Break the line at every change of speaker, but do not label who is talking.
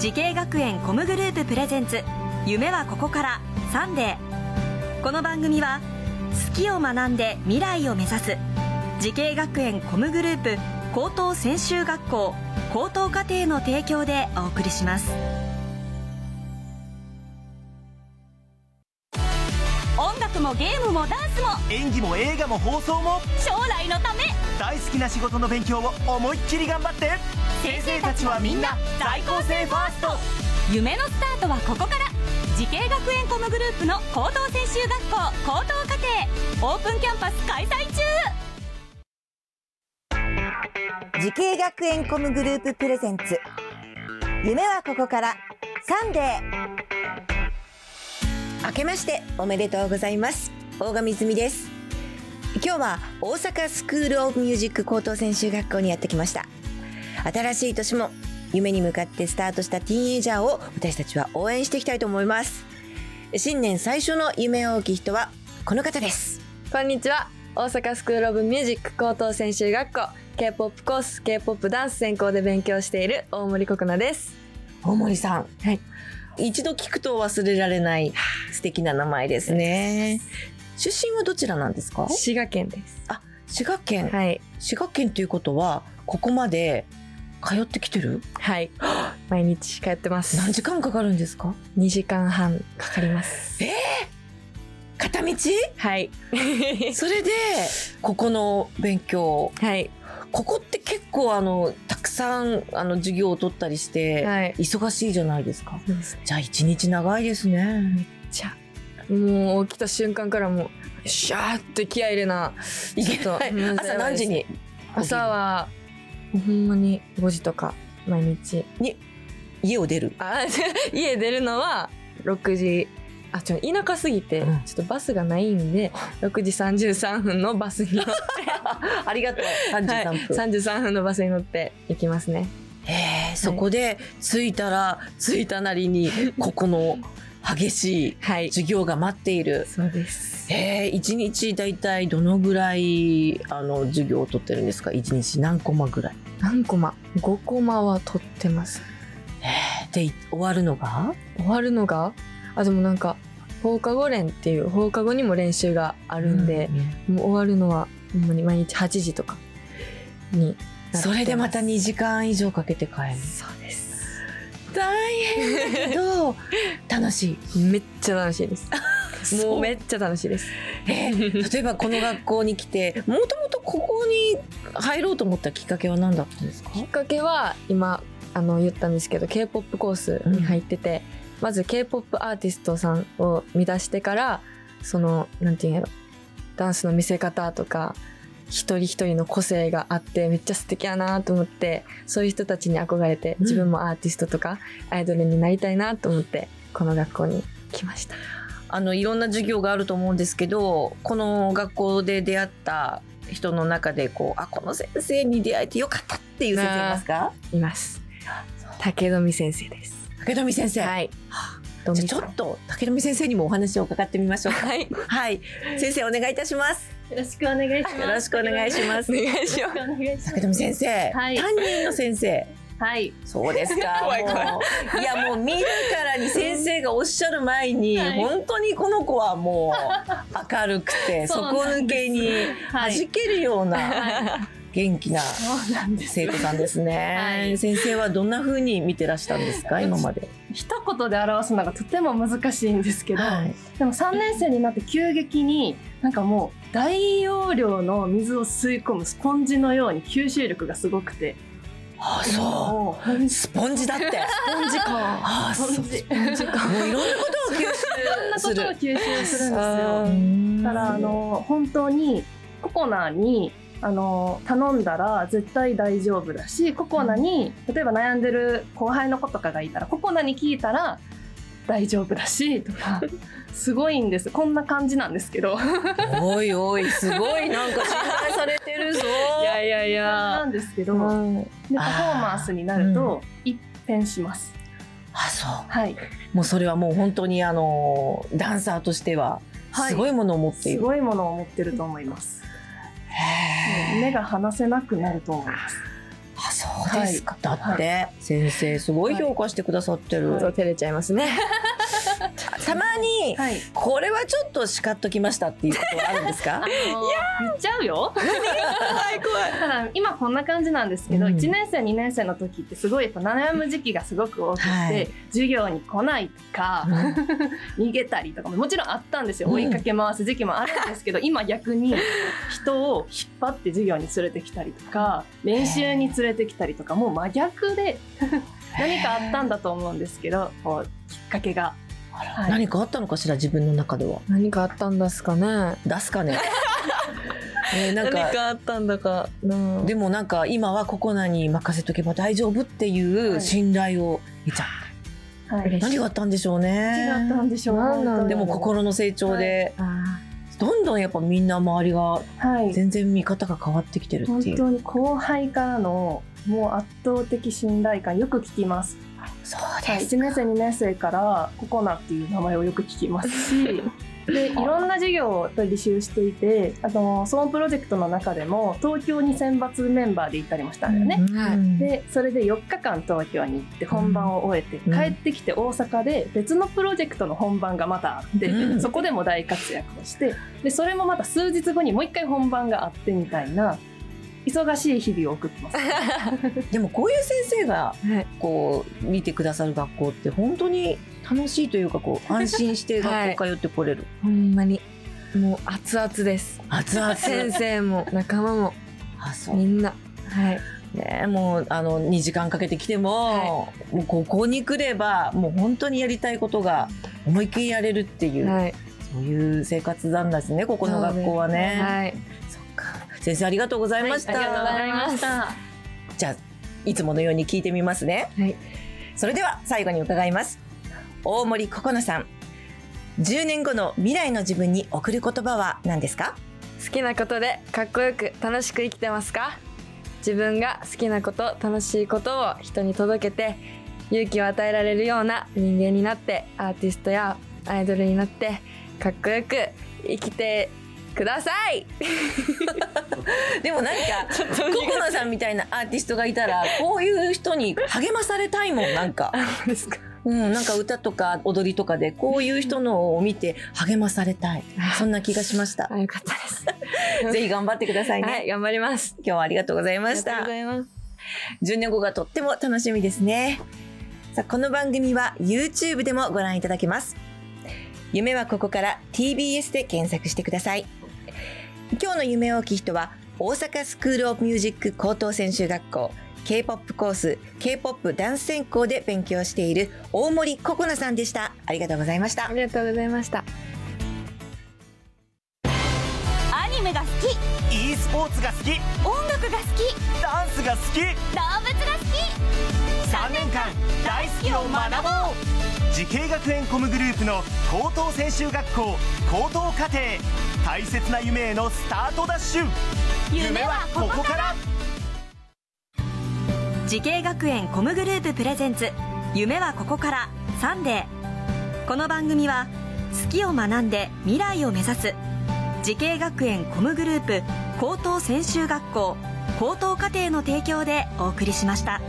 慈恵学園コムグループプレゼンツ夢はここからサンデーこの番組は好きを学んで未来を目指す慈恵学園コムグループ高等専修学校高等課程の提供でお送りします
音楽もゲームもダンスも
演技も映画も放送も
将来のため
大好きな仕事の勉強を思いっきり頑張って
先生たちはみんな
在校生ファースト
夢のスタートはここから慈恵学園コムグループの高等専修学校高等課程オープンキャンパス開催中
慈恵学園コムグループプレゼンツ夢はここからサンデー明けましておめでとうございます大上泉です今日は大阪スクールオブミュージック高等専修学校にやってきました新しい年も夢に向かってスタートしたティーンエイジャーを私たちは応援していきたいと思います新年最初の夢大きい人はこの方です
こんにちは大阪スクールオブミュージック高等専修学校 K-POP コース K-POP ダンス専攻で勉強している大森国奈です
大森さん
はい
一度聞くと忘れられない素敵な名前ですね。出身はどちらなんですか
滋賀県です
滋賀県、
はい
滋賀県ということは、ここまで通ってきて る
はい 毎日通ってます
何時間かかるんですか
2時間半かかります
片道
はい
それで、ここの勉強。
はい
ここって結構あの、たくさんあの授業を取ったりして、
はい
忙しいじゃないですか。じゃあ一日長いですね。
じゃあもう起きた瞬間からもうシャーって気合い入れなちょっと
はい
うん
朝何時に
朝はもうほんまに5時とか毎日
家を出る
あ 家出るのは6時あちょ田舎すぎて、
うん
ちょっとバスがないんで6時33分のバスに乗って、
ありがとう。
はい、
33分。
33分のバスに乗って行きますね
へえ、そこで着いたら着いたなりにここの激し
はい
い授業が待っている。
そうです
へえ、一日だいたいどのぐらいあの授業を取ってるんですか。一日何コマぐらい。
何コマ5コマは取ってます
へえ、でい終わるのが
終わるのがあでもなんか放課後練っていう放課後にも練習があるんで、もう終わるのはほんまに毎日8時とかに
うんそれでまた
に
2時間以上かけて帰る。
そうです
大変だけど楽しい。
めっちゃ楽し いですも
も
う
う
め
め
っちゃ楽しいです
えー例えばこの学校に来てもともとここに入ろうと思ったきっかけは何だったんですか
きっかけは今あの言ったんですけど k p o p コースに入ってて、まず k p o p アーティストさんを見出してからそのなんていうんやろダンスの見せ方とか一人一人の個性があってめっちゃ素敵やなと思ってそういう人たちに憧れて
ん
自分もアーティストとかアイドルになりたいなと思ってこの学校に来ました。
あのいろんな授業があると思うんですけどこの学校で出会った人の中でこうあこの先生に出会えてよかったっていう先生いますか
います竹富先生です。
武富先生、
はい。
じゃあちょっと武富先生にもお話を伺ってみましょうか
はい。
はい先生お願いいたします
よろしくお願いします。
よろしくお願いします
お願いし
よ
ま
ろしくお願いします。
武富先生、
はい
担任の先生
はい。
そうですか。
怖い怖い
もういやもう見るからに先生がおっしゃる前に、
はい
本当にこの子はもう明るくて
そう
底
な
抜
んで
けに
は
弾
い。
けるような
は
元気な
そうなんです。
生徒さんですね。
はい
先生はどんな風に見てらしたんですか今まで。
一言で表すのがとても難しいんですけど、
はい
でも3年生になって急激になんかもう大容量の水を吸い込むスポンジのように吸収力がすごくて、
あそ
もう本当
う。
に
スポンジだっ て。
スポンジか。
あ
ス
そう。も
ポン
う
ジ。い
いろんなこ
ろんな
と
こ
を吸収す
とを
る。
吸収するんです
あ
よ。
ー
だからあの本当にココナにあの頼んだら絶対大丈夫だしココナに例えば悩んでる後輩の子とかがいたらココナに聞いたら大丈夫だしと かすごいんですこんな感じなんです けど
おいおいすごいなんか信頼されてる ぞ。
いやいやい
な
や。
んですけどでパフ
はい
ォーマンスになると一変します、
あそう。
はい
もうそれはもう本当にあのダンサーとしては
はい
すごいものを持ってい
す
る、
ごいものを持ってると思います
へ
目が離せなくなると思います
ーあそそうですか、だって先生すごい評価してくださってる、
そう照れちゃいますね。
たまに、
はい。
これはちょっと叱っときましたっていうことはあるんです か
言っちゃうよ。ただ 今こんな感じなんですけど、
うん
1年生2年生の時ってすごいやっぱ悩む時期がすごく多くて、
はい
授業に来ないとか、逃げたりとかももちろんあったんですよ
うん
追いかけ回す時期もあるんですけど、今逆に人を引っ張って授業に連れてきたりとか練習に連れてきたりとかもう真逆で何かあったんだと思うんですけどこうきっかけが。はい
何かあったのかしら自分の中では
何かあったんですかね。
出すか ねねなんか
あったんだか。うん
でもなんか今はココナに任せとけば大丈夫っていう信頼を得ちゃう、
はい
嬉しい
何があったんでしょう
何があった
ね
んでしょう
何なんだろう
でも心の成長で、
あ
どんどんやっぱみんな周りが
はい、
全然見方が変わってきてる
本
っていう
当に後輩からのもう圧倒的信頼感よく聞きます、
そう
はい、1年生2年生からココナっていう名前をよく聞きます しでいろんな授業をやっぱり履修していてあのそのプロジェクトの中でも東京に選抜メンバーで行ったりもしたんだよね、
ーはい。
でそれで4日間東京に行って本番を終えて、
ん
帰ってきて大阪で別のプロジェクトの本番がまたあって、
うん
そこでも大活躍をしてでそれもまた数日後にもう一回本番があってみたいな忙しい日々を送ってます。
でもこういう先生が
はい
こう見てくださる学校って本当に楽しいというかこう安心して学 校通ってこれる、
ほんまにもう熱々です。
熱々
先生も仲間も
あそう
みんな。はい。
ねもうあの2時間かけてきても,、もうここに来ればもう本当にやりたいことが思いっきりやれるっていう、
はい。
そういう生活なんですねここの学校はね。
はい。
そっか先生ありがとうございました、
はいありがとうございました。
じゃあいつものように聞いてみますね、
はい
それでは最後に伺います大森心菜さん10年後の未来の自分に送る言葉は何ですか
好きなことでかっこよく楽しく生きてますか自分が好きなこと楽しいことを人に届けて勇気を与えられるような人間になってアーティストやアイドルになってかっこよく生きてください
でもなんか心菜さんみたいなアーティストがいたらこういう人に励まされたいもんなんか
ですか
うんなんか歌とか踊りとかでこういう人のを見て励まされたいそんな気がしました
あよかったです、
ぜひ頑張ってくださいね、
はい頑張ります
今日はありがとうございまし
ありがとう
た
ございます
10年後がとっても楽しみですねさあこの番組は YouTube でもご覧いただけます夢はここから TBS で検索してください今日の夢大きい人は大阪スクールオブミュージック高等専修学校 K-POP コース K-POP ダンス専攻で勉強している大森ココナさんでしたありがとうございました
ありがとうございました
アニメが好き
e スポーツが好き
音楽が好き
ダンスが好
動
き
物が好き
3年間大好きを学ぼう慈恵学園コムグループの高等専修学校高等課程大切な夢へのスタートダッシュ
夢はここから
ら
慈恵学園コムグループプレゼンツ夢はここからサンデーこの番組は好きを学んで未来を目指す慈恵学園コムグループ高等専修学校高等課程の提供でお送りしました。